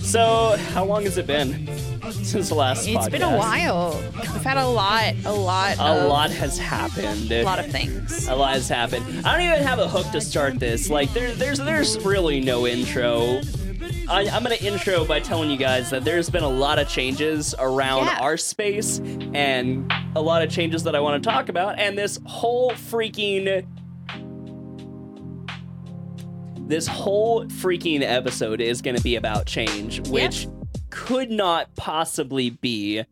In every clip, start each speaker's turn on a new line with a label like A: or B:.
A: So, how long has it been since the last
B: It's
A: podcast?
B: been a while. We've had a lot, a lot,
A: A
B: of,
A: lot has happened.
B: a lot of things.
A: A lot has happened. I don't even have a hook to start this. Like there, there's there's really no intro. I, I'm gonna intro by telling you guys that there's been a lot of changes around
B: Yeah.
A: our space and a lot of changes that I want to talk about. And this whole freaking this whole freaking episode is gonna be about change, which could not possibly be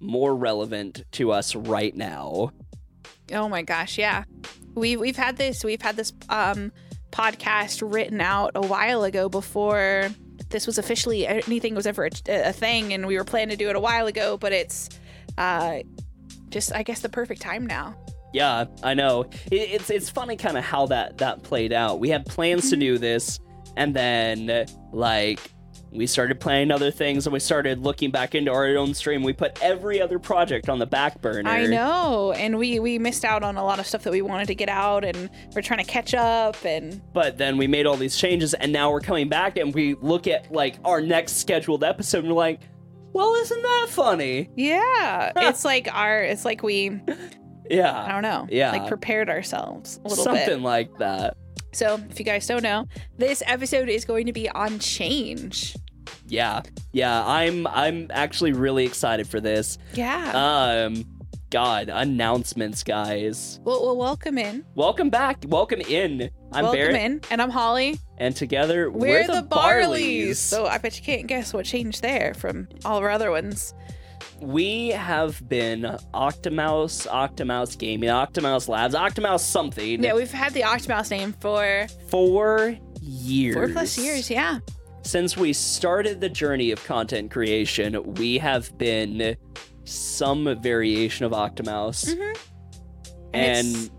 A: more relevant to us right now.
B: Oh my gosh, yeah. We we've had this we've had this um podcast written out a while ago before this was officially anything was ever a, a thing and we were planning to do it a while ago, but it's uh just I guess the perfect time now.
A: Yeah, I know. It, it's it's funny kind of how that that played out. We had plans
B: Mm-hmm.
A: to do this, and then like we started planning other things, and we started looking back into our own stream. We put every other project on the back burner.
B: I know. And we we missed out on a lot of stuff that we wanted to get out and we're trying to catch up and
A: But then we made all these changes, and now we're coming back, and we look at like our next scheduled episode, and we're like, "Well, isn't that funny?"
B: yeah, it's like our it's like we I
A: Yeah,
B: don't know.
A: Yeah.
B: Like prepared ourselves a little bit.
A: something like that.
B: So, if you guys don't know, this episode is going to be on change.
A: Yeah, yeah. I'm I'm actually really excited for this.
B: Yeah.
A: Um, God, announcements, guys.
B: well, well, welcome in.
A: Welcome back. Welcome in. I'm
B: welcome
A: Barrett,
B: in. And I'm Holly.
A: and together
B: We're, the, Barleys.
A: Barleys.
B: So, I bet you can't guess what changed there from all of our other ones.
A: we have been Octomouse, Octomouse Gaming, Octomouse Labs, Octomouse something
B: Yeah, we've had the Octomouse name for
A: four years.
B: four plus years. Yeah.
A: Since we started the journey of content creation, we have been some variation of Octomouse.
B: Mhm. And
A: and
B: it's-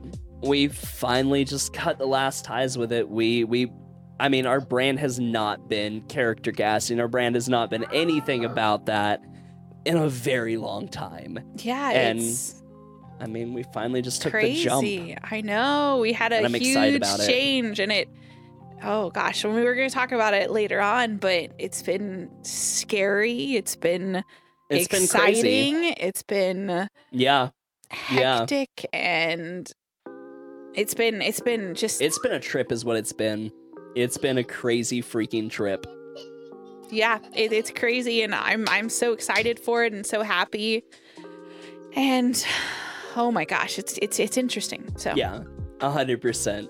A: we finally just cut the last ties with it. We we I mean our brand has not been character casting. Our brand has not been anything about that in a very long time.
B: Yeah.
A: and
B: it's
A: I mean, we finally just took the jump.
B: crazy. I know. We had a
A: And I'm excited
B: huge
A: about it.
B: change and it. Oh gosh, when we were going to talk about it later on, but it's been scary. It's been
A: It's been
B: exciting.
A: crazy.
B: It's been
A: Yeah. Yeah.
B: hectic and it's been it's been just
A: It's been a trip is what it's been. It's been a crazy freaking trip.
B: yeah, it, it's crazy and I'm I'm so excited for it and so happy. And oh my gosh, it's it's it's interesting. So
A: Yeah. a 100%.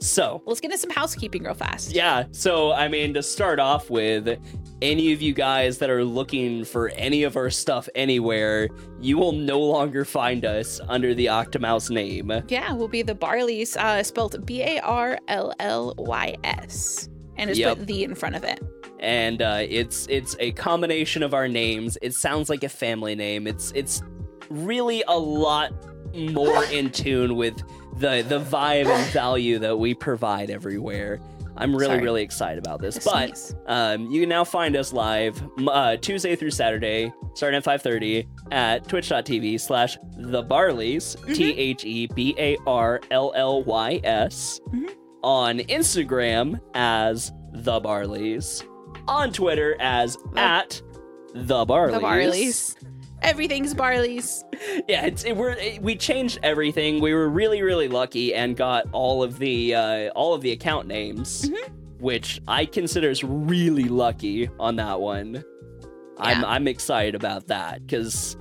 A: So,
B: let's get into some housekeeping real fast.
A: Yeah. So, I mean, to start off with, any of you guys that are looking for any of our stuff anywhere, you will no longer find us under the Octomouse name.
B: Yeah, will be the Barleys, uh, spelled B A R L L Y S, and it's
A: Yep.
B: put the in front of it.
A: And uh, it's it's a combination of our names. It sounds like a family name. It's it's really a lot more in tune with the the vibe and value that we provide everywhere. I'm really
B: Sorry.
A: really excited about this.
B: A
A: But
B: sneeze.
A: Um, you can now find us live m- uh, Tuesday through Saturday, starting at 5.30 at twitch.tv slash the Barleys,
B: Mhm.
A: E T-H-E-B-A-R-L-L-Y-S,
B: Mhm.
A: on Instagram as the Barleys, on Twitter as at the Barleys.
B: the Barleys, everything's Barleys.
A: Yeah, it's, it, we're, it, we changed everything. We were really, really lucky and got all of the uh, all of the account names, which I consider is really lucky on that one. I'm
B: Yeah.
A: I'm excited about that because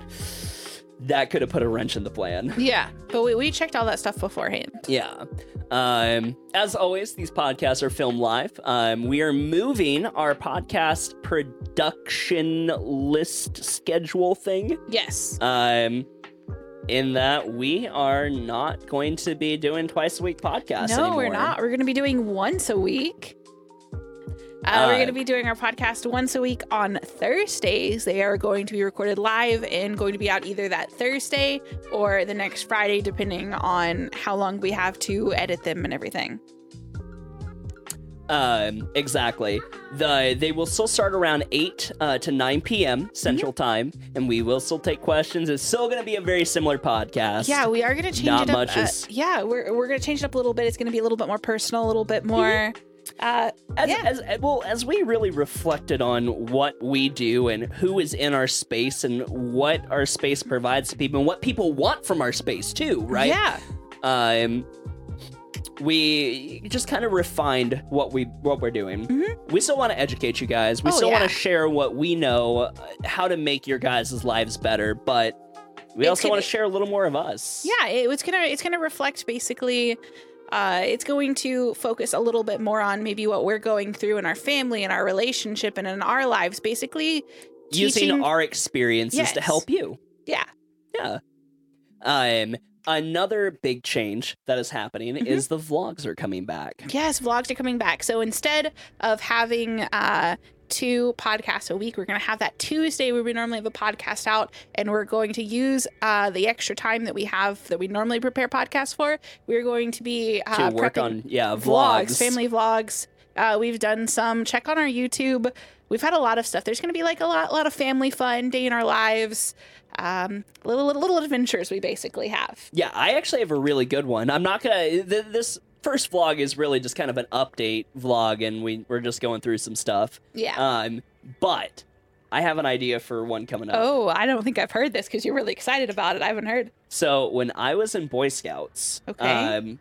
A: that could have put a wrench in the plan.
B: Yeah, but we, we checked all that stuff beforehand.
A: Yeah. Um, as always, these podcasts are filmed live. Um, we are moving our podcast production list schedule thing
B: Yes.
A: um in that we are not going to be doing twice a week podcasts
B: no,
A: anymore.
B: we're not. We're going to be doing once a week. Uh, we're
A: Uh,
B: going to be doing our podcast once a week on Thursdays. They are going to be recorded live and going to be out either that Thursday or the next Friday, depending on how long we have to edit them and everything.
A: Um, exactly. The they will still start around eight uh, to nine p.m. Central
B: Mm-hmm.
A: Time, and we will still take questions. It's still going to be a very similar podcast.
B: Yeah, we are gonna change
A: Not
B: it up.
A: much
B: uh,
A: is-
B: yeah, we're we're gonna change it up a little bit. It's gonna be a little bit more personal, a little bit more.
A: Mm-hmm.
B: Uh,
A: As,
B: yeah.
A: as, as- well, as we really reflected on what we do and who is in our space and what our space provides to people and what people want from our space too, right?
B: Yeah.
A: um, we just kind of refined what we what we're doing. We still want to educate you guys. We
B: Mm-hmm. Oh,
A: still want
B: yeah.
A: to share what we know, uh, how to make your guys' lives better. But we
B: It
A: also
B: could-
A: want to share a little more of us.
B: Yeah, it was gonna it's gonna reflect basically. Uh, it's going to focus a little bit more on maybe what we're going through in our family, in our relationship, and in our lives. Basically,
A: using
B: teaching-
A: our experiences to
B: Yes.
A: help you.
B: yeah,
A: Yeah. Um. Another big change that is happening
B: Mm-hmm.
A: is the vlogs are coming back.
B: yes, vlogs are coming back. So instead of having uh, two podcasts a week, we're gonna have that Tuesday where we normally have a podcast out, and we're going to use uh, the extra time that we have that we normally prepare podcasts for. We're going to be
A: To
B: uh,
A: work
B: prepping-
A: on yeah
B: vlogs,
A: vlogs,
B: family vlogs. Uh, we've done some. Check on our YouTube. We've had a lot of stuff. There's going to be like a lot, lot of family fun, day in our lives, um, little, little, little adventures we basically have.
A: Yeah, I actually have a really good one. I'm not gonna. Th- this first vlog is really just kind of an update vlog, and we we're just going through some stuff.
B: Yeah.
A: Um, but I have an idea for one coming up.
B: oh, I don't think I've heard this because you're really excited about it. I haven't heard.
A: So when I was in Boy Scouts,
B: Okay.
A: um,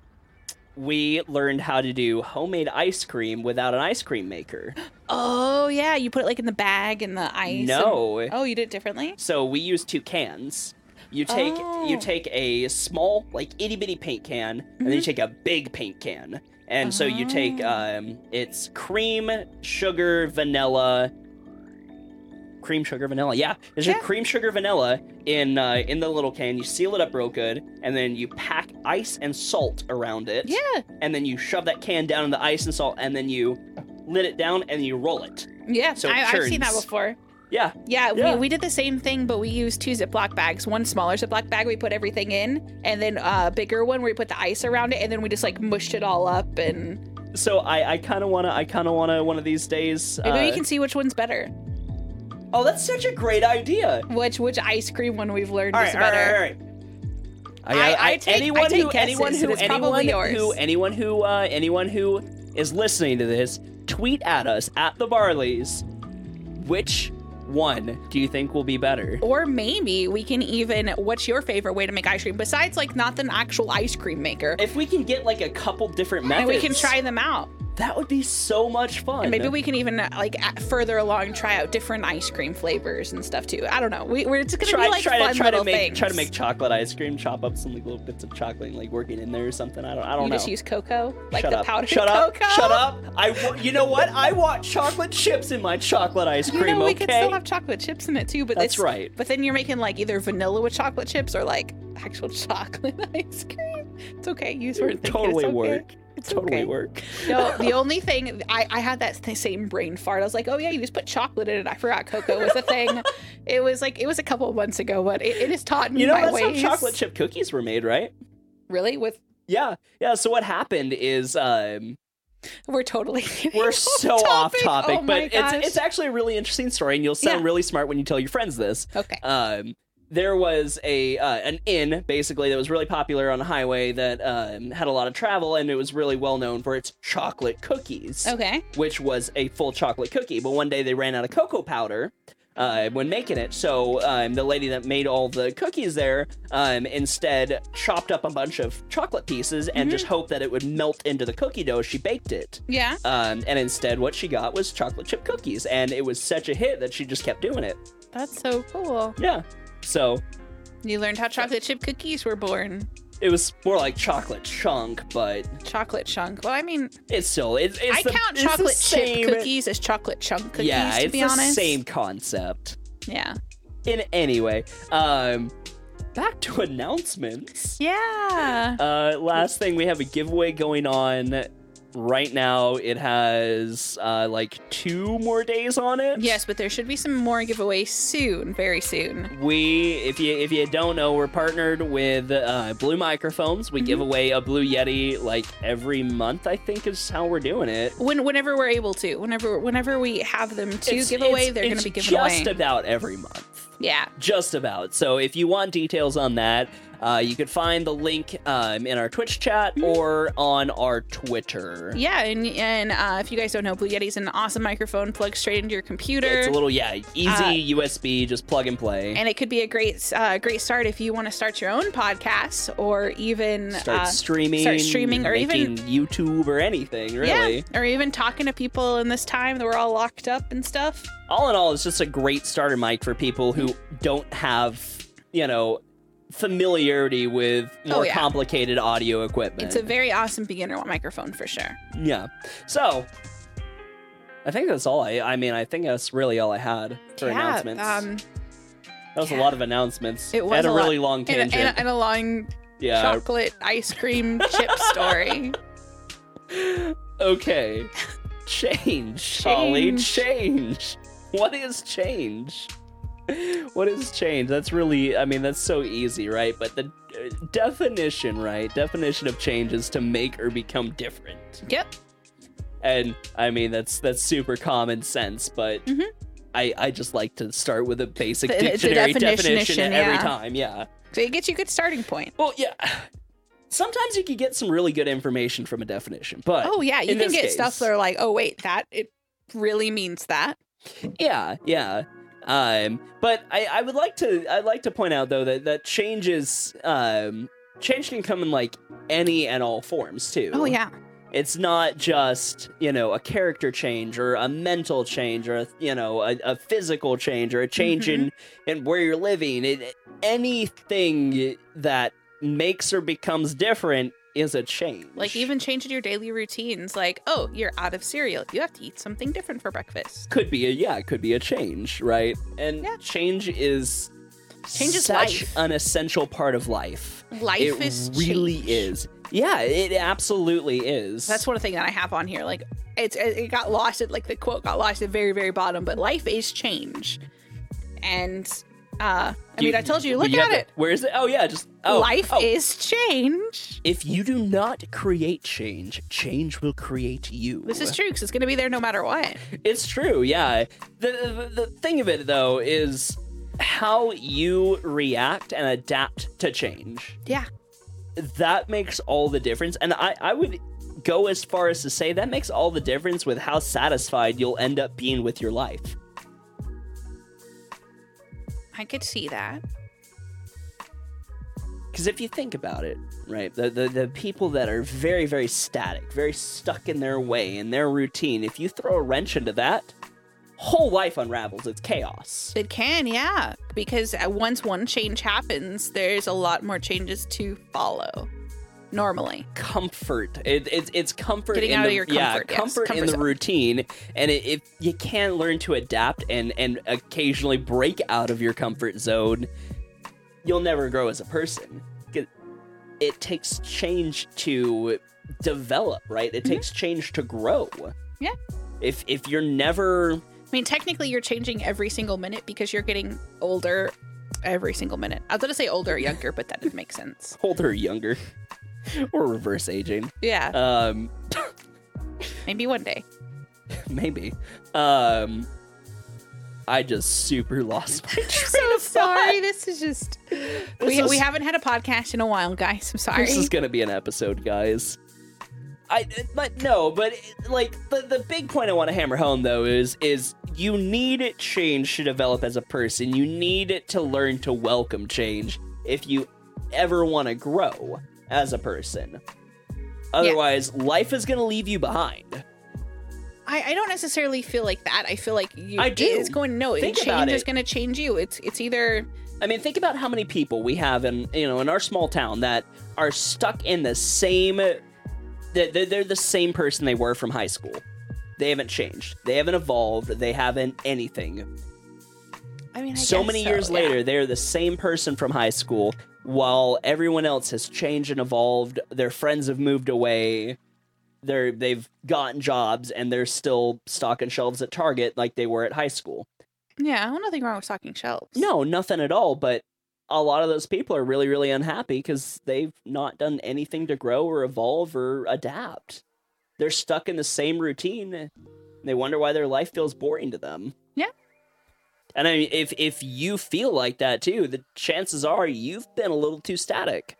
A: we learned how to do homemade ice cream without an ice cream maker.
B: Oh yeah, you put it like in the bag and the ice.
A: no.
B: and- oh, you did it differently.
A: So we use two cans. You take you
B: Oh.
A: take a small like itty bitty paint can, and
B: Mm-hmm.
A: then you take a big paint can, and so you take
B: Oh.
A: um it's cream, sugar, vanilla. Cream sugar vanilla, yeah. There's
B: Yeah.
A: a cream sugar vanilla in uh, in the little can. You seal it up real good, and then you pack ice and salt around it.
B: Yeah.
A: And then you shove that can down in the ice and salt, and then you lid it down and you roll it.
B: Yeah.
A: So it
B: I, I've seen that
A: churns.
B: before.
A: Yeah,
B: Yeah,
A: Yeah.
B: We, we did the same thing, but we used two Ziploc bags. One smaller Ziploc bag we put everything in, and then a bigger one where we put the ice around it, and then we just like mushed it all up. And
A: So I, I kind of wanna, I kind of wanna one of these days.
B: maybe we
A: uh,
B: can see which one's better,
A: Oh, that's such a great idea.
B: which which ice cream one we've learned
A: All
B: is
A: right, all right,
B: better.
A: all right.
B: I- I take- I
A: anyone
B: take
A: who,
B: guesses,
A: anyone who,
B: and it's
A: anyone
B: probably
A: who,
B: yours.
A: anyone who, uh, anyone who is listening to this, tweet at us at the Barleys. Which one do you think will be better?
B: Or maybe we can even. What's your favorite way to make ice cream besides like not an actual ice cream maker?
A: If we can get like a couple different methods,
B: and we can try them out.
A: That would be so much fun.
B: Maybe we can even uh, like a- further along try out different ice cream flavors and stuff too. I don't know. We, we're just gonna
A: try,
B: be like
A: try
B: fun
A: to try to
B: little
A: make
B: things.
A: try to make chocolate ice cream. Chop up some like little bits of chocolate, and, like working in there or something. I don't. I don't
B: You
A: know.
B: just use cocoa, like
A: Shut
B: the
A: up.
B: powdered
A: Shut up.
B: cocoa.
A: Shut up. I wa- you know what? I want chocolate chips in my chocolate ice cream,
B: You know, we
A: okay?
B: could still have chocolate chips in it too, but
A: That's
B: it's,
A: right.
B: But then you're making like either vanilla with chocolate chips or like actual chocolate ice cream. It's okay. You
A: It would
B: weren't thinking.
A: totally
B: it's okay.
A: work.
B: It's
A: totally
B: okay.
A: work.
B: No, the only thing I, I had that th- same brain fart. I was like, oh yeah, you just put chocolate in it. I forgot cocoa was a thing. it was like it was a couple of months ago, but it, it has taught me
A: You know
B: my
A: that's
B: ways.
A: how chocolate chip cookies were made, right?
B: really? With
A: Yeah. Yeah, so what happened is um
B: we're totally
A: we're so off topic,
B: Oh,
A: but
B: my
A: it's
B: gosh.
A: it's actually a really interesting story and you'll sound
B: Yeah.
A: really smart when you tell your friends this.
B: okay.
A: um, there was a uh, an inn basically that was really popular on a highway that um, had a lot of travel and it was really well known for its chocolate cookies
B: Okay.
A: which was a full chocolate cookie but one day they ran out of cocoa powder uh, when making it so um, the lady that made all the cookies there um, instead chopped up a bunch of chocolate pieces and just
B: Mm-hmm.
A: hoped that it would melt into the cookie dough as she baked it
B: Yeah.
A: um, and instead what she got was chocolate chip cookies and it was such a hit that she just kept doing it
B: That's so cool.
A: yeah so
B: You learned how chocolate chip cookies were born.
A: It was more like chocolate chunk, but
B: Chocolate chunk. Well, I mean,
A: it's still it's, it's
B: I
A: the,
B: count
A: it's the
B: chocolate
A: same-
B: chip cookies as chocolate chunk cookies.
A: yeah,
B: to
A: it's
B: be
A: the
B: honest.
A: same concept.
B: Yeah.
A: In any way, um, back to announcements.
B: Yeah.
A: Uh, last thing we have a giveaway going on right now it has uh, like two more days on it.
B: Yes, but there should be some more giveaways soon, very soon.
A: We, if you if you don't know, we're partnered with uh, Blue Microphones.
B: Mm-hmm.
A: We give away a Blue Yeti like every month. I think is how we're doing it.
B: When whenever we're able to, whenever whenever we have them to
A: It's-
B: give away,
A: it's-
B: they're going
A: it's
B: to be given away.
A: Just about every month.
B: yeah.
A: just about. So if you want details on that, uh, you can find the link um, in our Twitch chat or on our Twitter.
B: Yeah, and and uh, if you guys don't know, Blue Yeti's an awesome microphone plugged straight into your computer.
A: It's a little yeah, easy
B: Uh,
A: USB, just plug and play.
B: and it could be a great uh, great start if you want to start your own podcast or even
A: start
B: uh,
A: streaming,
B: start streaming or
A: making
B: even-
A: YouTube or anything really.
B: yeah, or even talking to people in this time that we're all locked up and stuff.
A: All in all, it's just a great starter mic for people who don't have you know familiarity with
B: Oh,
A: more
B: yeah.
A: complicated audio equipment.
B: It's a very awesome beginner microphone for sure.
A: Yeah. So I think that's all I I mean, I think that's really all I had for announcements.
B: Um,
A: that was
B: yeah.
A: a lot of announcements.
B: It was
A: and a,
B: a lot.
A: really long
B: and,
A: tangent. Uh,
B: a, and, a, and a long
A: yeah.
B: chocolate ice cream chip story.
A: Okay. Change, Holly.
B: Change.
A: Change. What is change? What is change? That's really I mean, that's so easy, right? But the uh, definition, right? Definition of change is to make or become different.
B: Yep.
A: and I mean that's that's super common sense, but
B: Mhm.
A: I I just like to start with a basic
B: The- the
A: dictionary
B: definition,
A: definition, every
B: yeah.
A: time. Yeah.
B: So it gets you a good starting point.
A: Well, yeah. Sometimes you can get some really good information from a definition, but
B: Oh yeah, you
A: in
B: can
A: this
B: get stuff
A: case-
B: that are like, oh wait, that it really means that.
A: yeah, yeah. Um, but I I would like to I'd like to point out though that that changes um change can come in like any and all forms too.
B: Oh yeah,
A: it's not just you know a character change or a mental change or a, you know a, a physical change or a change
B: Mm-hmm.
A: in in where you're living it, anything that makes or becomes different is a change
B: like even changing your daily routines. Like, oh, you're out of cereal. You have to eat something different for breakfast.
A: could be a yeah it could be a change right and
B: Yeah.
A: change is
B: Change is
A: such
B: life.
A: an essential part of life
B: Life
A: it
B: is
A: really
B: change.
A: is yeah it absolutely is
B: That's one thing that I have on here. Like, it's it it got lost at like the quote got lost at the very very bottom. But life is change, and uh, I mean, I told you, look at
A: have
B: it.
A: to- where is it oh yeah just oh
B: life
A: oh,
B: is change.
A: If you do not create change, change will create you.
B: This is true because it's going to be there no matter what.
A: It's true, yeah. The, the the thing of it though is how you react and adapt to change.
B: Yeah.
A: That makes all the difference. And I, I would go as far as to say that makes all the difference with how satisfied you'll end up being with your life.
B: I could see that.
A: Because if you think about it, right, the, the the people that are very very static, very stuck in their way in their routine, if you throw a wrench into that, whole life unravels. It's chaos.
B: It can, yeah. Because uh, once one change happens, there's a lot more changes to follow normally.
A: Comfort. It, it's it's comfort.
B: Getting
A: in
B: out of
A: the-
B: your
A: yeah,
B: comfort, yes,
A: comfort,
B: comfort
A: in the
B: zone.
A: routine, and it, if you can learn to adapt and and occasionally break out of your comfort zone, you'll never grow as a person. It- It takes change to develop, right? It takes change to grow.
B: Mm-hmm. Yeah.
A: If if you're never
B: I mean, technically, you're changing every single minute because you're getting older every single minute. I was going to say older, younger, but that doesn't make sense.
A: older or younger or reverse aging,
B: Yeah,
A: um,
B: maybe one day.
A: maybe, um, I just super lost my train
B: So
A: of thought.
B: sorry. This is just.
A: This
B: we,
A: is-
B: we haven't had a podcast in a while, guys. I'm sorry.
A: This is gonna be an episode, guys. I but no, but like the the big point I want to hammer home though is is you need change to develop as a person. You need to learn to welcome change if you ever want to grow as a person. Otherwise, life is gonna leave you behind.
B: I, I don't necessarily feel like that. I feel like you,
A: I do.
B: It's going no.
A: Think
B: change
A: about
B: is
A: it.
B: going to change you. It's it's either
A: I mean, think about how many people we have in you know in our small town that are stuck in the same. They're, they're- they're the same person they were from high school. They haven't changed. They haven't evolved. They haven't anything.
B: I mean, I
A: so
B: guess
A: many years
B: yeah.
A: later, they're the same person from high school, while everyone else has changed and evolved. Their friends have moved away. they're they've gotten jobs and they're still stocking shelves at Target like they were at high school.
B: Yeah, well, nothing wrong with stocking shelves.
A: No, nothing at all, but a lot of those people are really really unhappy cuz they've not done anything to grow or evolve or adapt. They're stuck in the same routine. They wonder why their life feels boring to them.
B: Yeah.
A: And I mean, if if you feel like that too, the chances are you've been a little too static.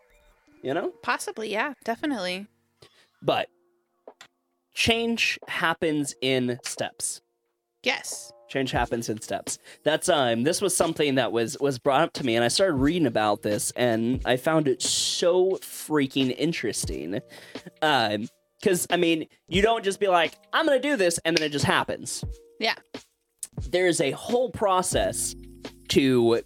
A: You know?
B: Possibly, yeah, definitely.
A: But change happens in steps.
B: Yes.
A: Change happens in steps. That's um this was something that was was brought up to me and I started reading about this and I found it so freaking interesting. Um cuz I mean, you don't just be like, I'm going to do this and then it just happens.
B: Yeah.
A: There is a whole process to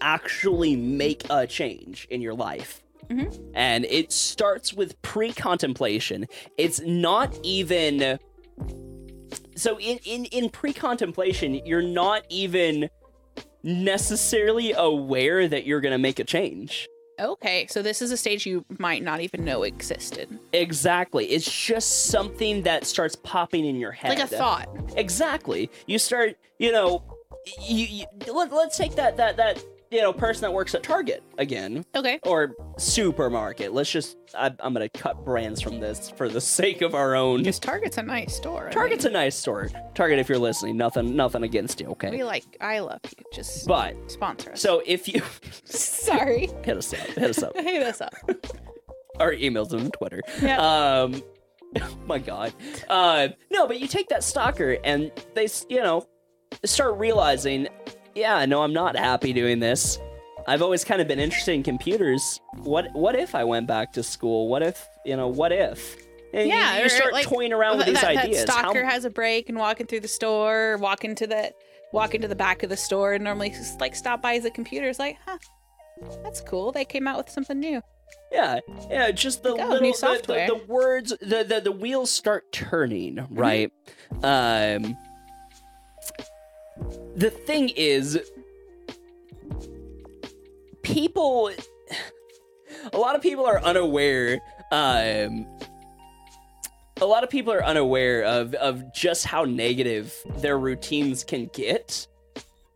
A: actually make a change in your life
B: Mm-hmm.
A: and it starts with pre-contemplation it's not even so in in, in pre-contemplation you're not even necessarily aware that you're gonna make a change
B: Okay, so this is a stage you might not even know existed.
A: exactly it's just something that starts popping in your head
B: Like a thought.
A: exactly you start you know you, you let, let's take that that that you know person that works at target again
B: Okay.
A: or supermarket. Let's just I, I'm gonna cut brands from this for the sake of our own.
B: Because Target's a nice store. I
A: Target's a nice store. Target, if you're listening, nothing, nothing against you,
B: mean,
A: okay?
B: we like, I love you. Just
A: But
B: sponsor us.
A: so if you
B: Sorry.
A: hit us up, hit us up,
B: Hit us up.
A: our emails and Twitter.
B: Yeah.
A: Um, oh my God. Uh, no, but you take that stalker and they, s- you know, start realizing, yeah, no, I'm not happy doing this. I've always kind of been interested in computers. What what if I went back to school? What if you know? What if? And you-
B: Yeah,
A: you,
B: or,
A: start
B: like,
A: toying around with
B: That-
A: these
B: that, that
A: ideas. How-
B: stalker has a break and walking through the store, walking to the walking to the back of the store, and normally s- like stop by the computer. Is like, huh, that's cool. They came out with something new.
A: Yeah, yeah, just the
B: Like, oh,
A: little the-
B: new
A: the-
B: software. Mm-hmm.
A: The, words, the, the the wheels start turning, right? Um, the thing is, people, a lot of people are unaware. Um, a lot of people are unaware of of just how negative their routines can get,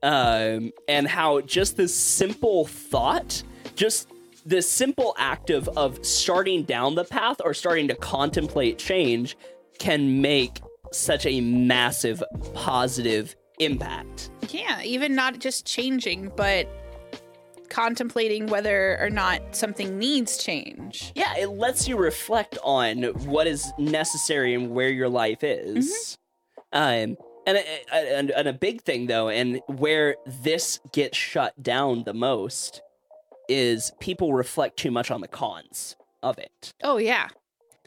A: um, and how just this simple thought, just the simple act of of starting down the path or starting to contemplate change, can make such a massive positive impact.
B: Yeah, even not just changing, but contemplating whether or not something needs change.
A: Yeah, it lets you reflect on what is necessary and where your life is. Um, and, a- a- and and a big thing though, and where this gets shut down the most is people reflect too much on the cons of it.
B: Oh yeah,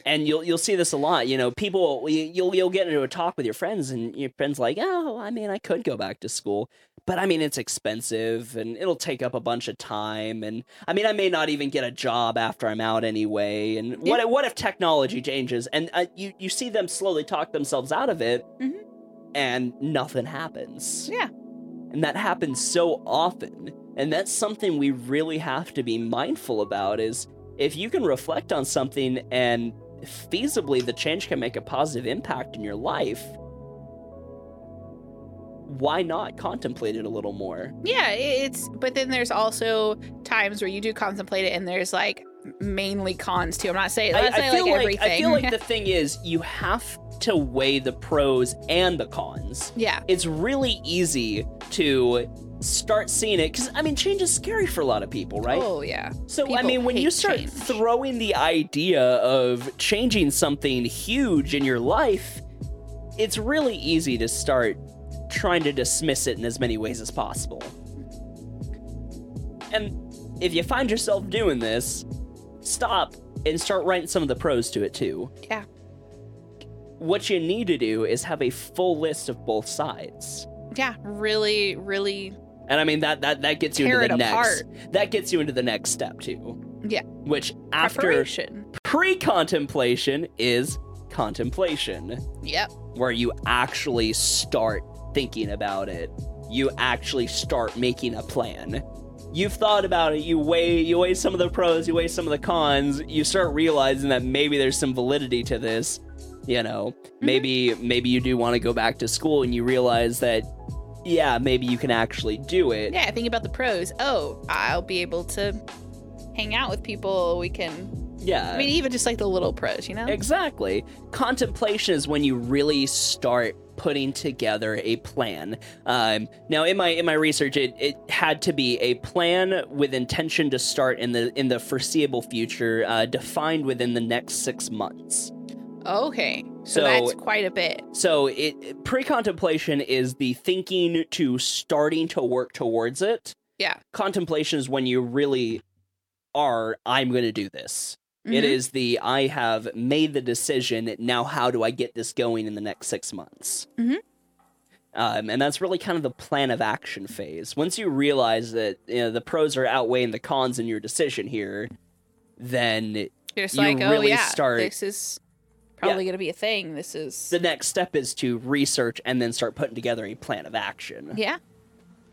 A: And you'll you'll see this a lot. You know, people you- you'll you'll get into a talk with your friends, and your friends like, oh, I mean, I could go back to school, but I mean, it's expensive, and it'll take up a bunch of time, and I mean, I may not even get a job after I'm out anyway. And what what if technology changes? And uh, you you see them slowly talk themselves out of it,
B: Mhm.
A: and nothing happens.
B: Yeah.
A: and that happens so often, and that's something we really have to be mindful about. Is if you can reflect on something and feasibly the change can make a positive impact in your life, why not contemplate it a little more?
B: yeah. i- It's but then there's also times where you do contemplate it, and there's like mainly cons too. I'm not saying
A: I,
B: let's
A: I
B: say
A: feel
B: like
A: like,
B: everything.
A: I feel like the thing is you have to weigh the pros and the cons.
B: yeah,
A: It's really easy to start seeing it because I mean change is scary for a lot of people, right?
B: Oh yeah.
A: So I
B: People
A: mean, when you
B: hate
A: start
B: change.
A: throwing the idea of changing something huge in your life, it's really easy to start trying to dismiss it in as many ways as possible. And if you find yourself doing this, stop and start writing some of the pros to it too.
B: Yeah.
A: What you need to do is have a full list of both sides.
B: Yeah, really, really.
A: And I mean that that that gets you
B: Tear
A: into the
B: it
A: next
B: apart.
A: that gets you into the next step too.
B: Yeah.
A: Which after
B: Preparation.
A: pre contemplation is contemplation,
B: Yep.
A: where you actually start thinking about it. You actually start making a plan. You've thought about it, you weigh you weigh some of the pros, you weigh some of the cons, you start realizing that maybe there's some validity to this. you know
B: Mm-hmm.
A: maybe maybe you do want to go back to school and you realize that yeah maybe you can actually do it
B: Yeah, think about the pros. Oh, I'll be able to hang out with people. We can.
A: yeah
B: I mean, even just like the little pros, you know.
A: Exactly. Contemplation is when you really start putting together a plan. Um, now, in my in my research, it, it had to be a plan with intention to start in the in the foreseeable future, uh, defined within the next six months.
B: Okay, so,
A: So-
B: that's quite a bit.
A: So, it pre-contemplation is the thinking to starting to work towards it.
B: Yeah.
A: Contemplation is when you really are. I'm going to do this. It
B: Mhm.
A: is the I have made the decision. Now, how do I get this going in the next six months?
B: Mhm.
A: Um, and that's really kind of the plan of action phase. Once you realize that you know, the pros are outweighing the cons in your decision here, then
B: Just
A: you
B: like, oh
A: really
B: yeah,
A: start-
B: this is probably gonna be a thing. This is.
A: the next step is to research and then start putting together a plan of action.
B: yeah.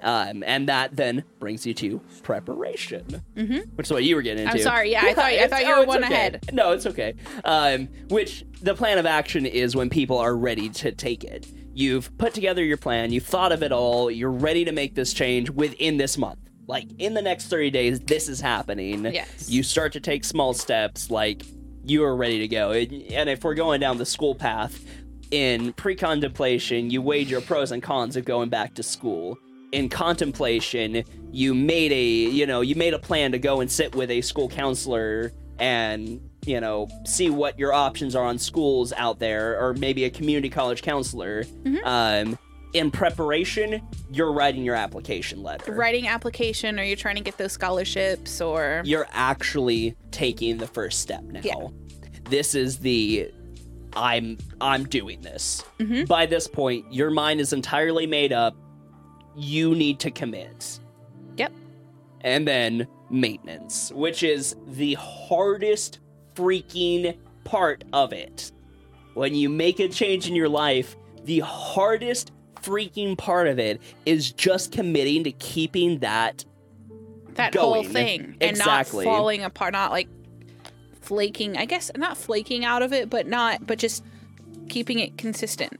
A: Um, and that then brings you to preparation,
B: Mhm.
A: which is what you were getting into.
B: I'm sorry. Yeah, I thought I
A: it's-
B: thought
A: oh,
B: you were
A: it's
B: one
A: okay.
B: ahead.
A: No, it's okay. Um, which the plan of action is when people are ready to take it. You've put together your plan. You've thought of it all. You're ready to make this change within this month. Like in the next 30 days, this is happening.
B: Yes.
A: You start to take small steps. Like you are ready to go. And and if we're going down the school path, in pre contemplation, you weighed your pros and cons of going back to school. In contemplation, you made a you know you made a plan to go and sit with a school counselor and you know see what your options are on schools out there or maybe a community college counselor. Um, in preparation, you're writing your application letter.
B: Writing application, or you're trying to get those scholarships, or
A: You're actually taking the first step now.
B: Yeah.
A: This is the I'm I'm doing this
B: Mhm.
A: by this point, your mind is entirely made up. You need to commit.
B: Yep.
A: And then maintenance, which is the hardest freaking part of it. When you make a change in your life, the hardest freaking part of it is just committing to keeping that
B: that whole
A: going.
B: thing,
A: Exactly.
B: and not falling apart, not like flaking. I guess not flaking out of it, but not, but just keeping it consistent.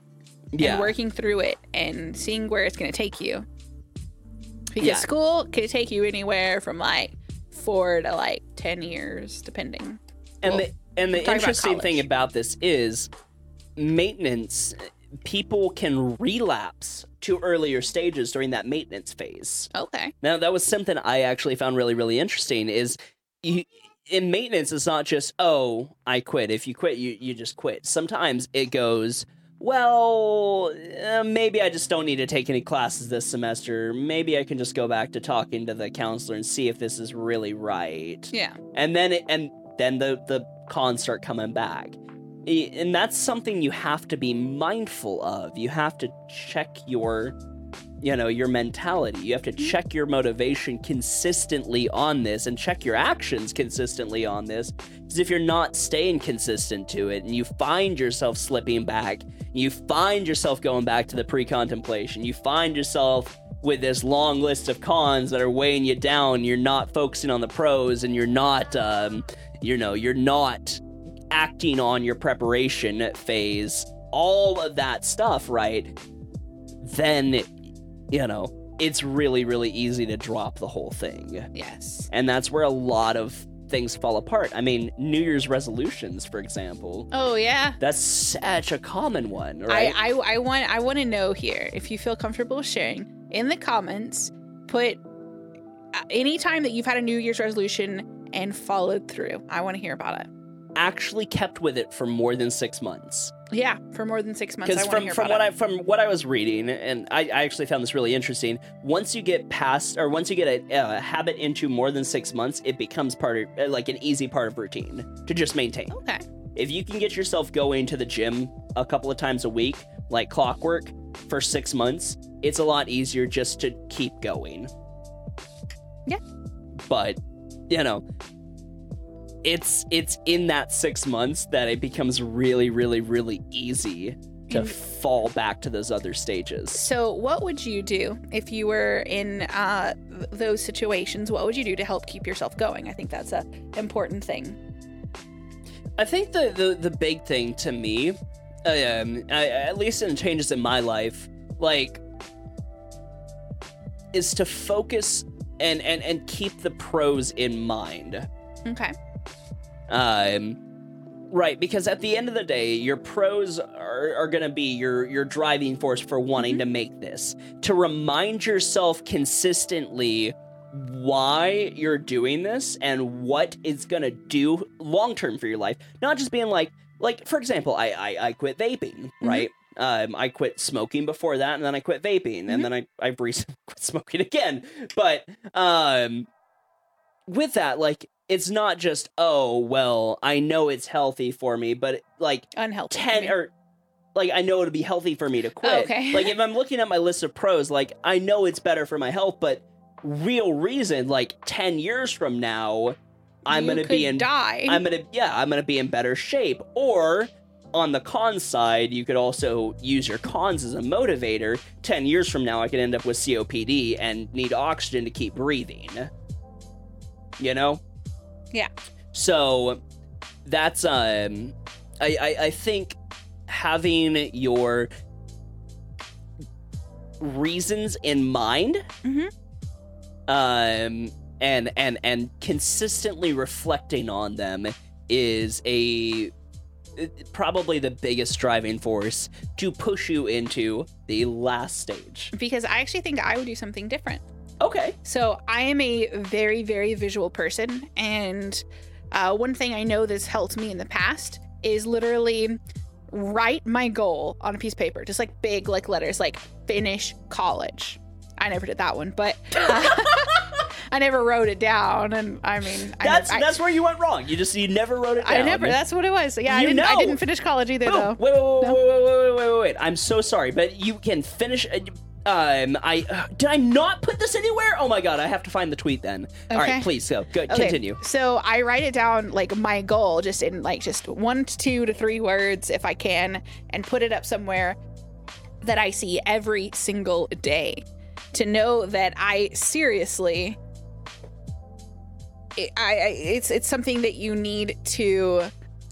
B: and working through it and seeing where it's going to take you. Because
A: Yeah.
B: school could take you anywhere from like four to like 10 years, depending.
A: and
B: Well,
A: the and
B: we're
A: the
B: talking about
A: interesting thing
B: college.
A: about this is maintenance people can relapse to earlier stages during that maintenance phase
B: Okay.
A: now that was something i actually found really really interesting is you, in maintenance it's not just oh i quit if you quit you, you just quit sometimes it goes well uh, maybe i just don't need to take any classes this semester maybe i can just go back to talking to the counselor and see if this is really right
B: Yeah.
A: and then it, and then the the cons start coming back I- and that's something you have to be mindful of you have to check your you know your mentality you have to check your motivation consistently on this and check your actions consistently on this because if you're not staying consistent to it and you find yourself slipping back you find yourself going back to the pre-contemplation you find yourself with this long list of cons that are weighing you down you're not focusing on the pros and you're not um, you know you're not acting on your preparation phase all of that stuff right then you know it's really really easy to drop the whole thing
B: Yes.
A: and that's where a lot of things fall apart i mean new year's resolutions for example
B: Oh, yeah.
A: that's such a common one right
B: I, I, I want I want to know here if you feel comfortable sharing in the comments. Put uh, any time that you've had a New Year's resolution and followed through. I want to hear about it.
A: actually kept with it for more than six months
B: Yeah, for more than six months. I
A: because
B: want to
A: from
B: hear
A: from
B: about
A: what
B: it.
A: I from what I was reading, and I, I actually found this really interesting. Once you get past, or once you get a, a habit into more than six months, it becomes part of uh, like an easy part of routine to just maintain.
B: okay.
A: If you can get yourself going to the gym a couple of times a week, like clockwork, for six months, it's a lot easier just to keep going.
B: Yeah.
A: But you know, it's it's in that six months that it becomes really, really, really easy to
B: And-
A: fall back to those other stages.
B: So, what would you do if you were in uh, th- those situations? What would you do to help keep yourself going? I think that's a important thing.
A: I think the, the, the big thing to me, um, I, at least in changes in my life, like, is to focus and, and, and keep the pros in mind.
B: Okay.
A: Um, right, because at the end of the day, your pros are, are going to be your your driving force for wanting to make this. To remind yourself consistently why you're doing this and what it's going to do long term for your life, not just being like like for example, I I, I quit vaping, right? Um, I quit smoking before that, and then I quit vaping, and then I I've recently quit smoking again. But um, with that, like it's not just oh well i know it's healthy for me but like
B: Unhealthy.
A: 10 or like i know it'll be healthy for me to quit
B: Oh, okay.
A: like if i'm looking at my list of pros like i know it's better for my health but real reason like 10 years from now i'm
B: You
A: gonna
B: could
A: be in
B: die.
A: i'm gonna yeah i'm gonna be in better shape or on the con side you could also use your cons as a motivator 10 years from now i could end up with copd and need oxygen to keep breathing you know
B: Yeah.
A: so that's um I, I I think having your reasons in mind
B: Mhm.
A: um and and and consistently reflecting on them is a probably the biggest driving force to push you into the last stage.
B: because I actually think I would do something different.
A: Okay.
B: So I am a very, very visual person, and uh, one thing I know this helped me in the past is literally write my goal on a piece of paper, just like big, like letters, like finish college. I never did that one, but uh, I never wrote it down, and I mean,
A: That's
B: I, never-
A: that's where you went wrong. You just you never wrote it
B: I,
A: down.
B: I never. That's what it was. So yeah, I
A: You
B: didn't, I
A: know.
B: didn't finish college either,
A: Boom.
B: though.
A: Wait, wait, wait,
B: No.
A: wait, wait, wait, wait, wait, wait. I'm so sorry, but you can finish. uh, Um, I uh, did I not put this anywhere? Oh my god, I have to find the tweet then. All
B: Okay.
A: right, please go. Go
B: Okay,
A: continue.
B: So I write it down like my goal, just in like just one to two to three words if I can, and put it up somewhere that I see every single day to know that I seriously. I, I it's it's something that you need to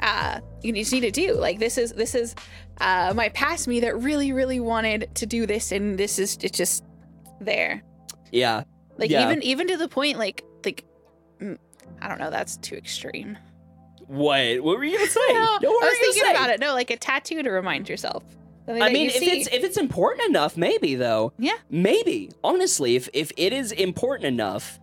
B: uh you just need to do like this is this is uh my past me that really really wanted to do this and this is it's just there
A: Yeah,
B: like
A: Yeah.
B: even even to the point like like mm, I don't know that's too extreme.
A: what? What were you gonna say?
B: No,
A: Don't
B: I
A: worry,
B: was thinking about it. No, like a tattoo to remind yourself. Something
A: I
B: that
A: mean,
B: you
A: if
B: see.
A: it's if it's important enough, maybe though.
B: Yeah.
A: Maybe honestly, if if it is important enough,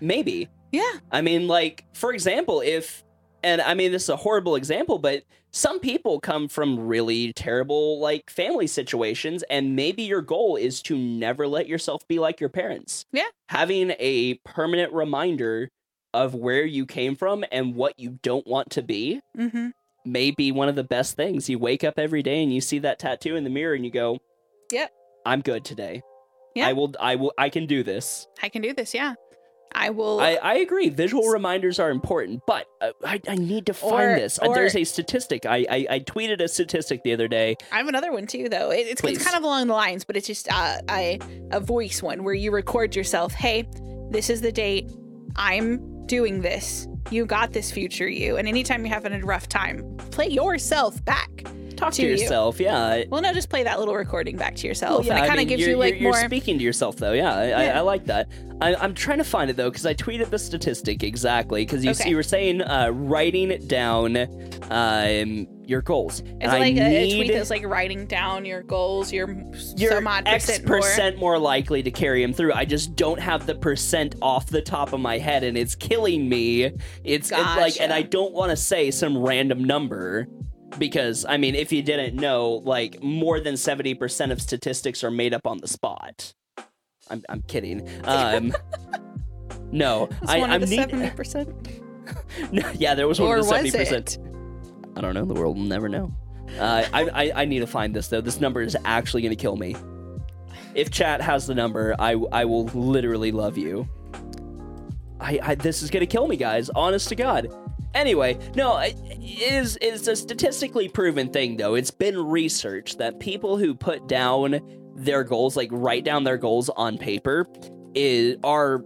A: maybe.
B: yeah,
A: I mean, like, for example, if, and I mean, this is a horrible example, but some people come from really terrible, like, family situations, and maybe your goal is to never let yourself be like your parents.
B: Yeah.
A: Having a permanent reminder of where you came from and what you don't want to be
B: mm-hmm.
A: may be one of the best things. You wake up every day and you see that tattoo in the mirror and you go,
B: Yep.
A: I'm good today.
B: Yeah.
A: I will, I will, I can do this.
B: I can do this. Yeah, I will.
A: I, I agree. Visual reminders are important, but uh, I, I need to find
B: Or-
A: this. Uh,
B: or-
A: There's a statistic. I, I, I tweeted a statistic the other day.
B: I have another one too, though. It, it's, it's
A: Please.
B: kind of along the lines, but it's just uh, a a voice one where you record yourself. Hey, this is the date. I'm doing this. You got this, future you. And anytime you're having a rough time, play yourself back.
A: Talk to,
B: To you.
A: yourself. Yeah.
B: Well, no, just play that little recording back to yourself,
A: Well, yeah,
B: and it
A: I
B: kind
A: mean,
B: of gives
A: you're,
B: you like
A: you're, you're
B: more.
A: speaking to yourself, though. Yeah, I, I,
B: Yeah.
A: I like that. I, I'm trying to find it though, because I tweeted the statistic exactly. Because you,
B: Okay.
A: you were saying uh, writing it down, um, your goals. and
B: It's
A: I
B: like a, a tweet
A: need
B: that's like writing down your goals, your m-
A: you're
B: some odd
A: X
B: percent,
A: percent more likely to carry him through. I just don't have the percent off the top of my head, and it's killing me. It's, it's like, and
B: Gotcha.
A: I don't want to say some random number because, I mean, if you didn't know, like more than seventy percent of statistics are made up on the spot. I'm, I'm kidding. Um, no,
B: more. It's
A: I,
B: one
A: I'm
B: of the
A: need-
B: seventy percent,
A: no, yeah, there was one
B: or
A: of the seventy
B: was
A: percent.
B: it?
A: I don't know. The world will never know. Uh, I, I I need to find this though. This number is actually going to kill me. If chat has the number, I I will literally love you. I, I this is going to kill me, guys. Honest to God. Anyway, no, it it is it's a statistically proven thing though. It's been researched that people who put down their goals, like write down their goals on paper, is are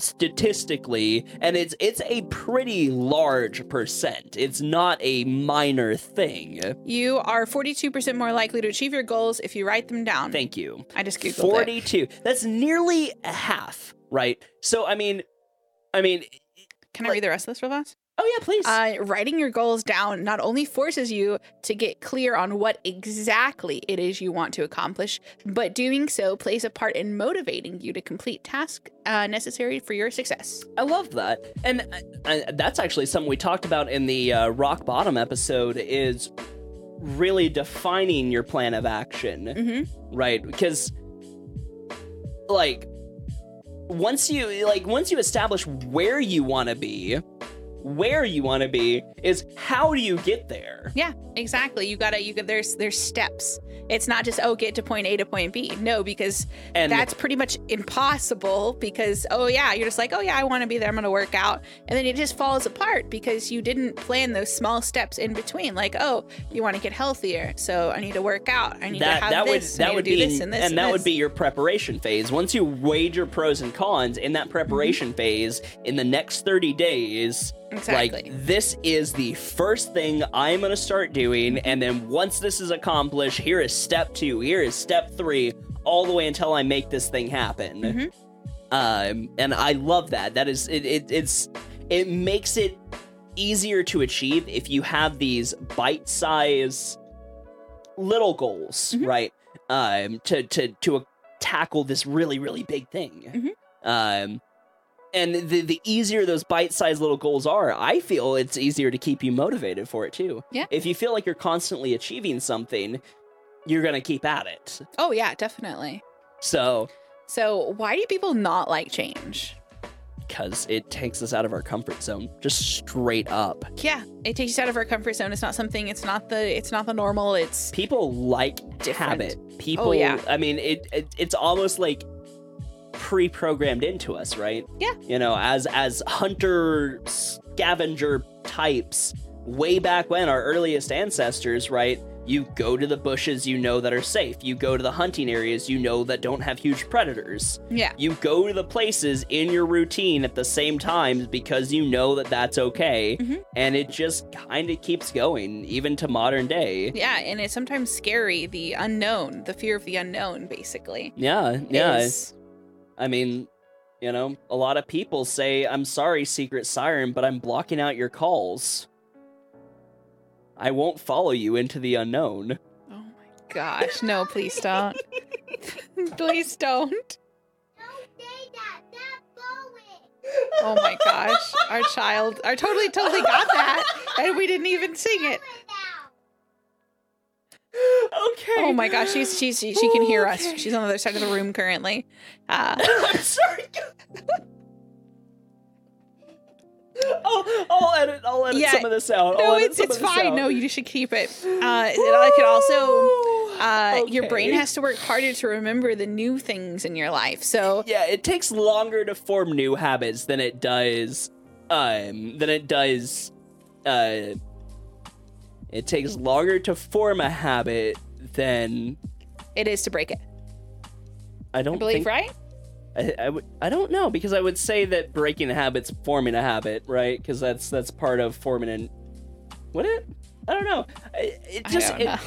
A: statistically and it's it's a pretty large percent it's not a minor thing
B: You are 42% more likely to achieve your goals if you write them down.
A: thank you
B: I just googled it.
A: 42 that's nearly a half right so i mean i mean
B: Can I read the rest of this real fast?
A: oh yeah please
B: Uh, writing your goals down not only forces you to get clear on what exactly it is you want to accomplish, but doing so plays a part in motivating you to complete tasks uh, necessary for your success.
A: I love that, and uh, uh, that's actually something we talked about in the uh, rock bottom episode. Is really defining your plan of action,
B: hmm
A: right? Because, like, once you like once you establish where you want to be, where you want to be is how do you get there?
B: Yeah, exactly. You gotta. You got there's there's steps. It's not just oh get to point A to point B. No, because
A: And
B: that's pretty much impossible. Because oh yeah, you're just like oh yeah, I want to be there. I'm gonna work out, and then it just falls apart because you didn't plan those small steps in between. Like oh, you want to get healthier, so I need to work out. I need to
A: that
B: have
A: that would
B: this. I
A: that
B: need
A: would
B: to do
A: be
B: this and this,
A: that would
B: this.
A: be your preparation phase. Once you weighed your pros and cons in that preparation phase, in the next thirty days.
B: exactly.
A: Like, this is the first thing I'm going to start doing. And then once this is accomplished, here is step two, here is step three, all the way until I make this thing happen.
B: Mhm.
A: Um, and I love that. That is, it, it, it's, it makes it easier to achieve if you have these bite size little goals,
B: Mhm.
A: right? Um, to, to, to tackle this really, really big thing. Um, and the the easier those bite-sized little goals are, I feel it's easier to keep you motivated for it too.
B: Yeah.
A: If you feel like you're constantly achieving something, you're gonna keep at it.
B: oh yeah, definitely.
A: So,
B: So why do people not like change?
A: because it takes us out of our comfort zone, just straight up.
B: Yeah, it takes us out of our comfort zone. It's not something. It's not the. It's not the normal. It's
A: People like
B: Different. Oh,
A: habit. People.
B: yeah.
A: I mean, it, it it's almost like pre-programmed into us, right?
B: Yeah.
A: You know, as as hunter scavenger types, way back when our earliest ancestors, right? You go to the bushes you know that are safe. You go to the hunting areas you know that don't have huge predators.
B: yeah.
A: You go to the places in your routine at the same times because you know that that's okay.
B: Mhm.
A: And it just kind of keeps going, even to modern day.
B: Yeah, and it's sometimes scary, the unknown, the fear of the unknown, basically.
A: Yeah, yeah.
B: Is-
A: I mean, you know, a lot of people say, I'm sorry, Secret Siren, but I'm blocking out your calls. I won't follow you into the unknown.
B: oh my gosh. No, please don't. please don't.
C: Don't say that. That's going.
B: Oh my gosh. Our child, our totally, totally got that. And we didn't even sing it.
A: okay.
B: Oh my gosh. She's, she's, she, she can hear us. She's on the other side of the room currently. Uh,
A: I'm sorry. oh, I'll edit. I'll edit
B: Yeah.
A: some of this out. I'll
B: no,
A: edit
B: it's,
A: some
B: it's
A: of this
B: fine.
A: out.
B: No, you should keep it. Uh, it, it can also. Uh, Your brain
A: Okay.
B: has to work harder to remember the new things in your life. So
A: Yeah, it takes longer to form new habits than it does um than it does uh it takes longer to form a habit than
B: it is to break it.
A: I don't
B: I believe,
A: think
B: right?
A: I, I, would- I don't know because I would say that breaking a habit's forming a habit, right? Cuz that's that's part of forming an Would it? I don't know. It, it
B: I
A: just
B: don't know.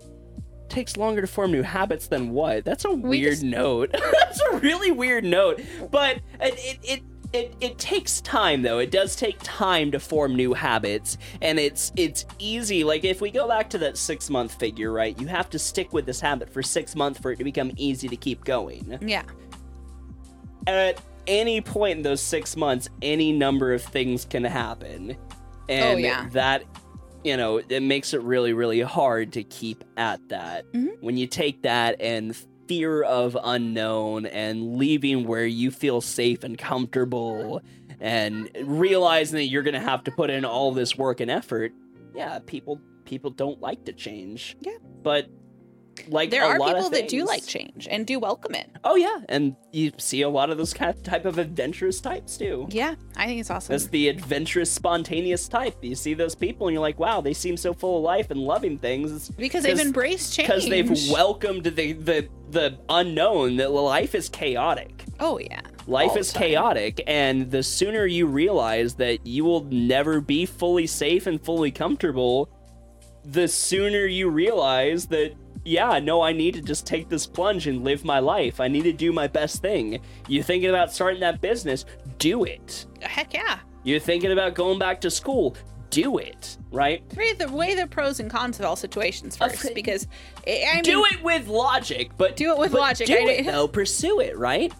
A: it takes longer to form new habits than what? That's a weird
B: just-
A: note. That's a really weird note. But it, it it it it takes time though. It does take time to form new habits, and it's it's easy. Like if we go back to that six month figure, right? You have to stick with this habit for six months for it to become easy to keep going.
B: Yeah.
A: At any point in those six months, any number of things can happen, and
B: Oh, yeah.
A: that you know it makes it really really hard to keep at that
B: Mhm.
A: when you take that and fear of unknown and leaving where you feel safe and comfortable and realizing that you're going to have to put in all this work and effort yeah people people don't like to change
B: Yeah.
A: but like
B: there
A: a
B: are
A: lot of
B: people that do
A: things-
B: like change and do welcome it.
A: oh yeah and you see a lot of those kind type of adventurous types too
B: Yeah, I think it's awesome.
A: that's the adventurous, spontaneous type. You see those people and you're like, wow, they seem so full of life and loving things.
B: because they've
A: 'cause-
B: embraced change.
A: Because they've welcomed the, the, the unknown, that life is chaotic.
B: oh yeah,
A: Life
B: All
A: is
B: the time.
A: chaotic, and the sooner you realize that you will never be fully safe and fully comfortable, the sooner you realize that, yeah, no, I need to just take this plunge and live my life. I need to do my best thing. You're thinking about starting that business, do it.
B: Heck yeah.
A: You're thinking about going back to school, do it, right?
B: Weigh the, weigh the pros and cons of all situations
A: Of
B: first
A: course.
B: because I, I
A: do
B: mean,
A: it with logic, but
B: Do it with
A: but
B: logic,
A: Do
B: I
A: it
B: mean-
A: though. Pursue it, right?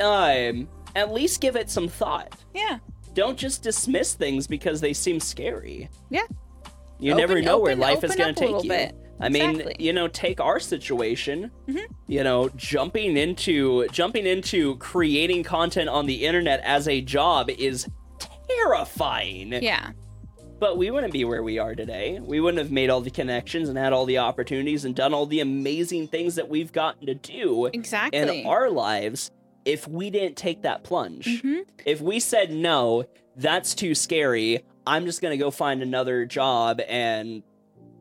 A: Um, at least give it some thought.
B: Yeah.
A: Don't just dismiss things because they seem scary.
B: Yeah.
A: You
B: Open-
A: never know where
B: open-
A: life is
B: open
A: going
B: up
A: to
B: a
A: take
B: little
A: you.
B: bit.
A: I mean,
B: Exactly.
A: you know, take our situation.
B: Mhm.
A: You know, jumping into jumping into creating content on the internet as a job is terrifying.
B: Yeah.
A: But we wouldn't be where we are today. We wouldn't have made all the connections and had all the opportunities and done all the amazing things that we've gotten to do
B: Exactly.
A: in our lives if we didn't take that plunge.
B: Mhm.
A: If we said, no, that's too scary, I'm just going to go find another job and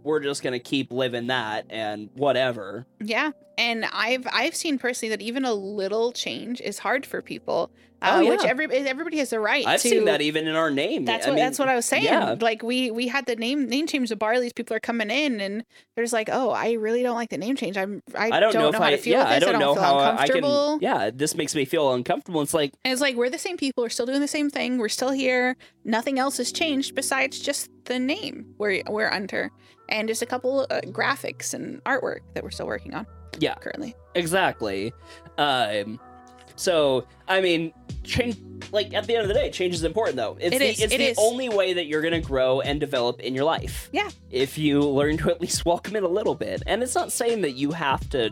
A: we're just going to keep living that and whatever.
B: Yeah. And I've I've seen personally that even a little change is hard for people, uh,
A: Oh, yeah.
B: which every everybody has the right.
A: I've
B: to,
A: seen that even in our name.
B: That's
A: I
B: what
A: mean,
B: that's what I was saying.
A: yeah.
B: Like we we had the name name change to Barley's. People are coming in, and there's like, oh, I really don't like the name change. I'm I,
A: I don't, know, if
B: how
A: I,
B: to feel
A: yeah,
B: with this.
A: I don't, know
B: feel
A: how uh, I
B: uncomfortable.
A: can. Yeah, this makes me feel uncomfortable. It's like,
B: And it's like we're the same people. We're still doing the same thing. We're still here. Nothing else has changed besides just the name we're we're under, and just a couple uh, graphics and artwork that we're still working on.
A: Yeah.
B: currently.
A: Exactly. Um, so I mean, change. Like at the end of the day, change is important, though. It's
B: It
A: the,
B: is,
A: It's
B: it
A: the
B: is.
A: only way that you're gonna grow and develop in your life.
B: Yeah.
A: If you learn to at least welcome it a little bit, and it's not saying that you have to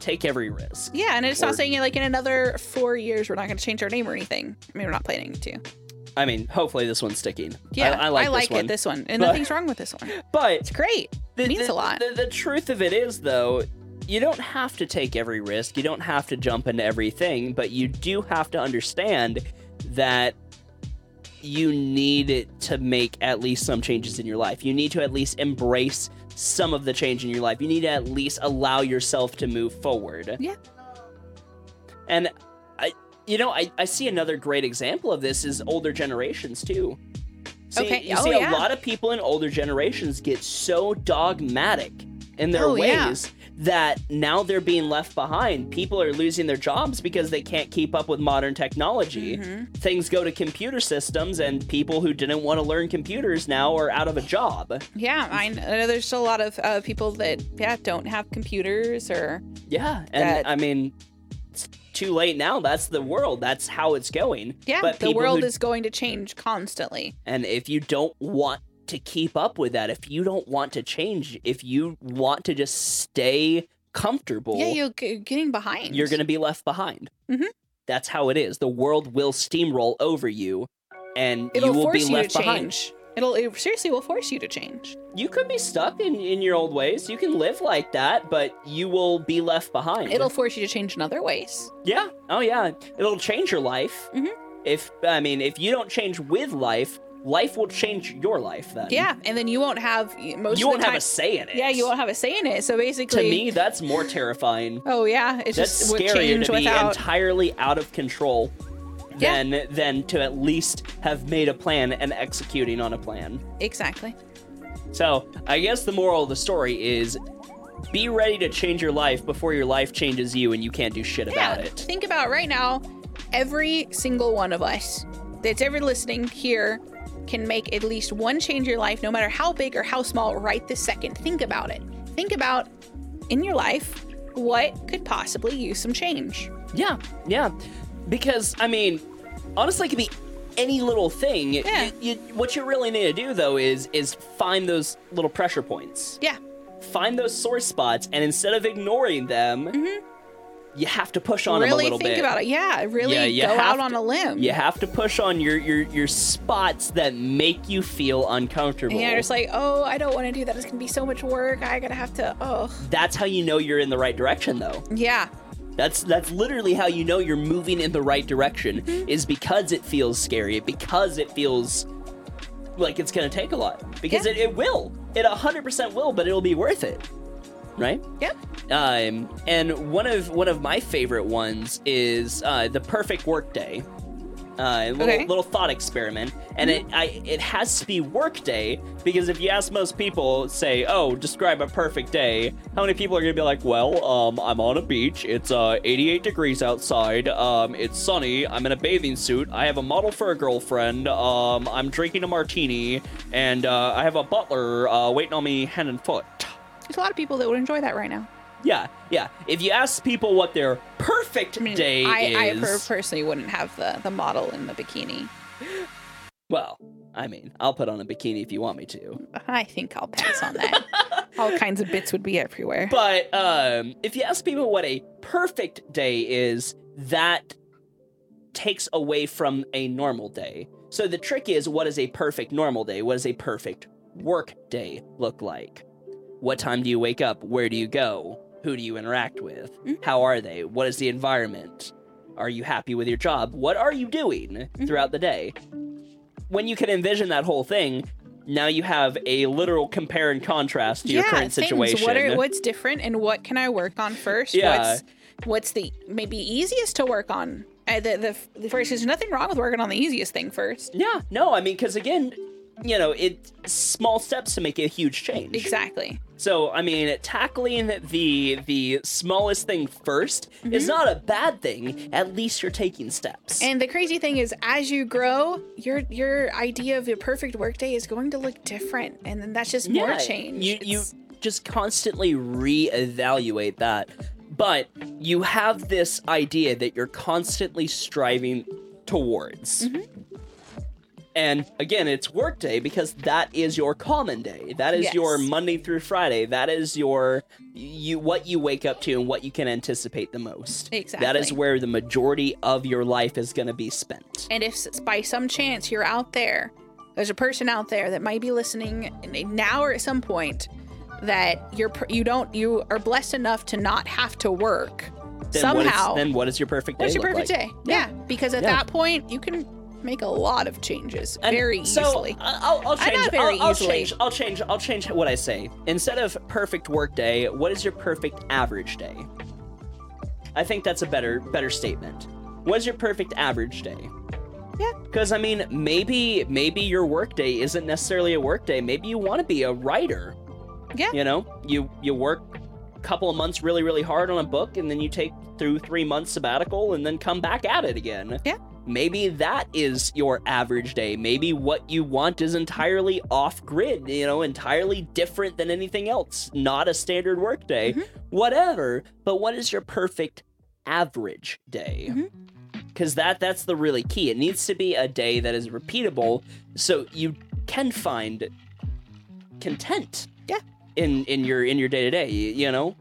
A: take every risk.
B: Yeah, and it's
A: Or-
B: not saying like in another four years we're not going to change our name or anything. I mean, we're not planning to.
A: I mean, hopefully this one's sticking.
B: Yeah,
A: I, I like, this one.
B: it. This one, and
A: But-
B: nothing's wrong with this one.
A: but
B: It's great.
A: the,
B: means
A: the-
B: a lot.
A: The, the truth of it is, though, you don't have to take every risk. You don't have to jump into everything, but you do have to understand that you need it to make at least some changes in your life. You need to at least embrace some of the change in your life. You need to at least allow yourself to move forward.
B: Yeah.
A: And I you know, I, I see another great example of this is older generations too. See,
B: Okay,
A: you
B: oh,
A: see a
B: yeah.
A: lot of people in older generations get so dogmatic in their
B: Oh, yeah.
A: ways that now they're being left behind. People are losing their jobs because they can't keep up with modern technology.
B: Mhm.
A: Things go to computer systems, and people who didn't want to learn computers now are out of a job.
B: Yeah, I kn- I know there's still a lot of uh, people that yeah don't have computers or
A: Yeah, and
B: That-
A: I mean, it's too late now. That's the world. That's how it's going.
B: yeah
A: but
B: the
A: people
B: world
A: who-
B: is going to change constantly.
A: And if you don't want to keep up with that, if you don't want to change, if you want to just stay comfortable,
B: Yeah, you're g- getting behind.
A: you're going to be left behind.
B: Mhm.
A: That's how it is. The world will steamroll over you, and
B: It'll
A: you will
B: force
A: be
B: you to
A: left behind.
B: change. It'll it seriously will force you to change.
A: You could be stuck in, in your old ways. You can live like that, but you will be left behind.
B: It'll force you to change in other ways.
A: Yeah. Oh, yeah. It'll change your life.
B: Mhm.
A: If I mean, if you don't change with life, life will change your life. Then
B: Yeah, and then you won't have most
A: you
B: of
A: won't
B: the time.
A: have a say in it.
B: yeah, you won't have a say in it. So
A: To
B: basically,
A: me, that's more terrifying.
B: oh yeah, it's
A: That's
B: just would
A: scarier
B: change
A: to be
B: without.
A: entirely out of control
B: Yeah.
A: than than to at least have made a plan and executing on a plan.
B: exactly.
A: So I guess the moral of the story is be ready to change your life before your life changes you and you can't do shit about
B: Yeah,
A: it.
B: Think about right now, every single one of us that's ever listening here can make at least one change in your life, no matter how big or how small, right this second. Think about it. Think about in your life what could possibly use some change.
A: Yeah, yeah. Because I mean, honestly, it could be any little thing.
B: Yeah.
A: You, you- what you really need to do though is is find those little pressure points,
B: Yeah.
A: find those sore spots, and instead of ignoring them, you have to push on them a
B: Mm-hmm. Really
A: little
B: think
A: bit.
B: about it. Yeah. Really
A: Yeah, you
B: go
A: have
B: out
A: to-
B: on a limb.
A: You have to push on your your your spots that make you feel uncomfortable.
B: And you're just like, oh, I don't want to do that. It's gonna be so much work. I gotta have to. Oh,
A: that's how you know you're in the right direction though.
B: yeah,
A: That's that's literally how you know you're moving in the right direction
B: Mm-hmm.
A: is because it feels scary, because it feels like it's gonna take a lot. Because
B: Yeah.
A: it, it will. It 100% will, but it'll be worth it. right?
B: Yep.
A: Um, and one of one of my favorite ones is uh, the perfect workday. Uh, a little,
B: Okay.
A: little thought experiment, and it I, it has to be workday because if you ask most people, say, "Oh, describe a perfect day," how many people are gonna be like, "Well, um, I'm on a beach. It's uh 88 degrees outside. Um, it's sunny. I'm in a bathing suit. I have a model for a girlfriend. Um, I'm drinking a martini, and uh, I have a butler uh, waiting on me hand and foot."
B: There's a lot of people that would enjoy that right now.
A: Yeah, yeah. If you ask people what their perfect
B: I mean,
A: day
B: I, I per-
A: is,
B: personally wouldn't have the, the model in the bikini.
A: well, I mean, I'll put on a bikini if you want me to.
B: I think I'll pass on that. All kinds of bits would be everywhere.
A: But um, if you ask people what a perfect day is, that takes away from a normal day. So the trick is, what is a perfect normal day? What does a perfect work day look like? What time do you wake up? Where do you go? Who do you interact with?
B: Mhm.
A: How are they? What is the environment? Are you happy with your job? What are you doing
B: Mm-hmm.
A: throughout the day? When you can envision that whole thing, now you have a literal compare and contrast to your current
B: things.
A: situation.
B: What are, what's different and what can I work on first?
A: Yeah.
B: What's, what's the maybe easiest to work on? Uh, the, the, f- the first there's nothing wrong with working on the easiest thing first.
A: Yeah, no, I mean, because again, you know, it's small steps to make a huge change.
B: Exactly.
A: So, I mean, tackling the the smallest thing 1st is not a bad thing. At least you're taking steps.
B: And the crazy thing is, as you grow, your your idea of your perfect workday is going to look different, and then that's just more
A: Yeah,
B: change.
A: You you
B: It's-
A: just constantly reevaluate that. But you have this idea that you're constantly striving towards.
B: Mm-hmm.
A: And again, it's workday because that is your common day. That is your
B: Yes.
A: Monday through Friday. That is your you what you wake up to and what you can anticipate the most. That is
B: Exactly.
A: where the majority of your life is going to be spent.
B: And if s- by some chance you're out there, there's a person out there that might be listening n- now or at some point that you're pr- you don't you are blessed enough to not have to work
A: Then what is-
B: somehow.
A: then what is your perfect day?
B: What's your
A: look
B: perfect
A: like?
B: day? Yeah. because at
A: Yeah.
B: that point you can make a lot of changes
A: And
B: very
A: so, uh,
B: easily.
A: I- I'll, I'll
B: I know
A: change.
B: very
A: I'll, I'll
B: easily.
A: change. I'll change. I'll change what I say. Instead of perfect work day, what is your perfect average day? I think that's a better better statement. What is your perfect average day?
B: Yeah.
A: Because I mean, maybe maybe your work day isn't necessarily a work day. Maybe you want to be a writer.
B: Yeah.
A: You know, you you work a couple of months really really hard on a book, and then you take through three months sabbatical, and then come back at it again.
B: Yeah.
A: Maybe that is your average day. Maybe what you want is entirely off grid, you know, entirely different than anything else, not a standard work day,
B: Mhm.
A: whatever. But what is your perfect average day?
B: Mhm.
A: Cuz that that's the really key. It needs to be a day that is repeatable so you can find content.
B: Yeah.
A: In in your in your day-to-day, y- you know?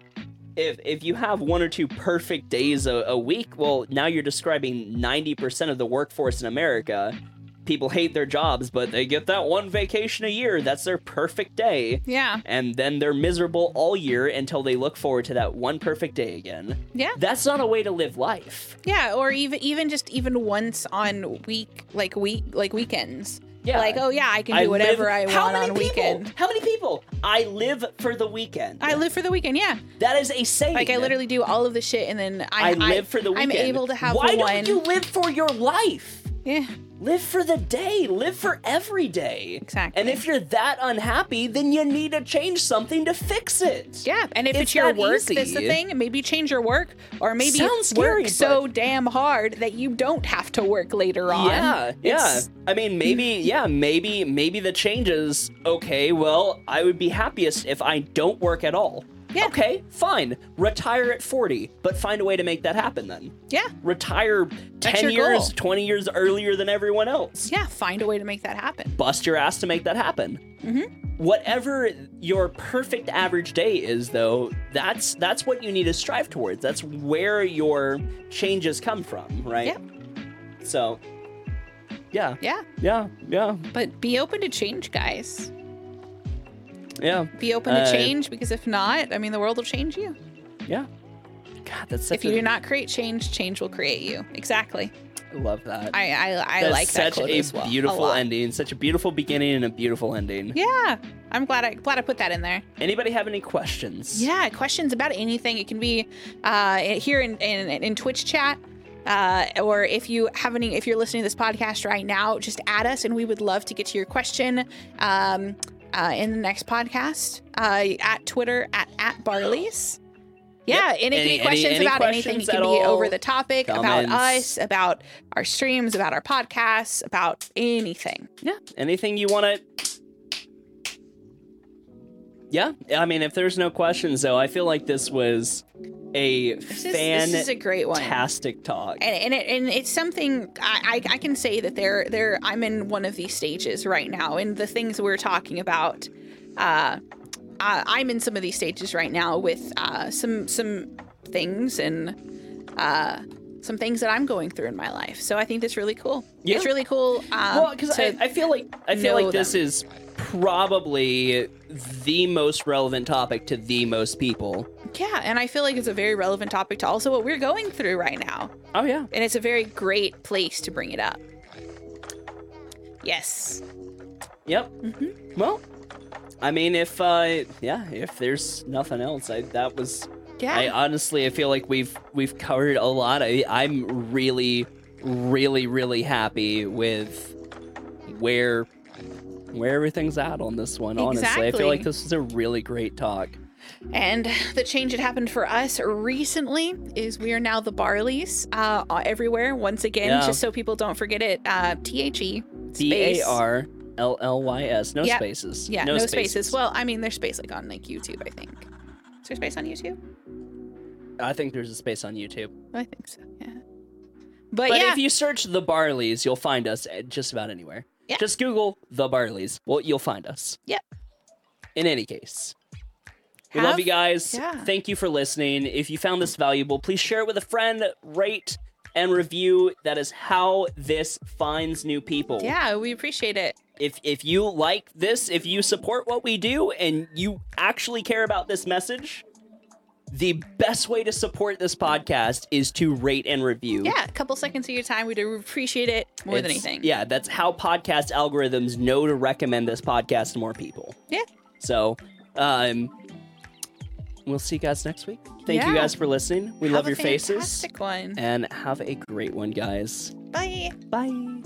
A: if if you have one or two perfect days a, a week, well, now you're describing 90% of the workforce in America. People hate their jobs, but they get that one vacation a year. That's their perfect day.
B: yeah.
A: And then they're miserable all year until they look forward to that one perfect day again.
B: Yeah.
A: That's not a way to live life.
B: Yeah, or even even just even once on week like week like weekends.
A: Yeah.
B: Like, oh yeah, I can
A: I
B: do
A: live-
B: whatever I
A: How
B: want
A: many
B: on
A: people?
B: weekend.
A: How many people? I live for the weekend.
B: I live for the weekend, yeah.
A: That is a saying.
B: Like I literally do all of the shit, and then I,
A: I live for the
B: I'm
A: weekend.
B: able to have
A: Why
B: the one.
A: don't you live for your life?
B: yeah,
A: Live for the day. Live for every day.
B: Exactly.
A: And if you're that unhappy, then you need to change something to fix it.
B: yeah. And if it's,
A: It's
B: your
A: that
B: work, that's the
A: easy.
B: thing. Maybe change your work, or maybe
A: Sounds scary,
B: work so damn hard that you don't have to work later on.
A: Yeah, yeah.
B: It's- Hmm.
A: I mean, maybe, yeah, maybe, maybe the changes. Okay, well, I would be happiest if I don't work at all.
B: Yeah.
A: Okay, fine. Retire at 40, but find a way to make that happen then.
B: yeah,
A: Retire 10
B: your
A: years,
B: goal.
A: 20 years earlier than everyone else.
B: yeah. Find a way to make that happen.
A: bust your ass to make that happen.
B: Mm-hmm.
A: Whatever your perfect average day is, though, that's that's what you need to strive towards. That's where your changes come from, right?
B: Yeah.
A: So, yeah,
B: Yeah,
A: yeah, yeah,
B: but be open to change, guys.
A: yeah,
B: Be open to
A: Uh,
B: change because if not, I mean, the world will change you.
A: yeah. God, that's such
B: If you
A: a,
B: do not create change, change will create you. Exactly.
A: love that.
B: I I, I
A: That's
B: like
A: such
B: that quote
A: a
B: as well.
A: beautiful
B: lot.
A: ending, such a beautiful beginning and a beautiful ending.
B: Yeah, I'm glad I glad I put that in there.
A: Anybody have any questions?
B: Yeah, questions about anything. It can be uh, here in, in in Twitch chat, uh, or if you have any, if you're listening to this podcast right now, just add us, and we would love to get to your question um, uh, in the next podcast uh, at Twitter at at Barley's. Yeah, any,
A: Any- any-
B: questions
A: any
B: about anything?
A: questions
B: It can
A: at
B: be
A: all?
B: over the topic,
A: Comments?
B: about us, about our streams, about our podcasts, about anything.
A: Yeah. Anything you want to. Yeah. I mean, if there's no questions, though, I feel like this was a
B: This is, this is a great one.
A: fantastic talk.
B: and and, it, and it's something I, I I can say that there there I'm in one of these stages right now, and the things we're talking about, uh, I, I'm in some of these stages right now with uh, some some things and uh, some things that I'm going through in my life. So I think that's really cool.
A: Yeah.
B: It's really cool. Um,
A: well, because
B: to-
A: I, I feel like I feel
B: know
A: like this is probably the most relevant topic to the most people.
B: yeah, and I feel like it's a very relevant topic to also what we're going through right now,
A: Oh yeah.
B: and it's a very great place to bring it up. Yes.
A: Yep.
B: Mm-hmm.
A: Well, I mean, if uh, yeah, if there's nothing else, I that was.
B: Yeah.
A: I honestly, I feel like we've we've covered a lot. I, I'm really, really, really happy with where where everything's at on this one. Honestly, I feel
B: Exactly.
A: like this was a really great talk.
B: And the change that happened for us recently is we are now the Barleys uh, everywhere. Once again,
A: Yeah.
B: just so people don't forget it, uh, T H E
A: D A R L L Y S. No
B: Yeah.
A: spaces.
B: Yeah, no, spaces. Well, I mean, there's space like on like YouTube, I think. Is there space on YouTube?
A: I think there's a space on YouTube.
B: I think so. Yeah. But,
A: But
B: yeah,
A: if you search the Barleys, you'll find us at just about anywhere.
B: Yeah.
A: Just Google the Barleys. Well, you'll find us.
B: Yep.
A: In any case, we
B: Have-
A: love you guys.
B: yeah.
A: Thank you for listening. If you found this valuable, please share it with a friend, rate, and review. That is how this finds new people.
B: yeah, we appreciate it.
A: If if you like this, if you support what we do and you actually care about this message, the best way to support this podcast is to rate and review.
B: Yeah, a couple seconds of your time, we do appreciate it more than
A: It's-
B: anything.
A: Yeah, that's how podcast algorithms know to recommend this podcast to more people.
B: Yeah.
A: So, um, we'll see you guys next week. Thank
B: Yeah.
A: you guys for listening. We love
B: Have
A: your
B: a
A: faces.
B: fantastic one.
A: And have a great one, guys.
B: Bye.
A: Bye.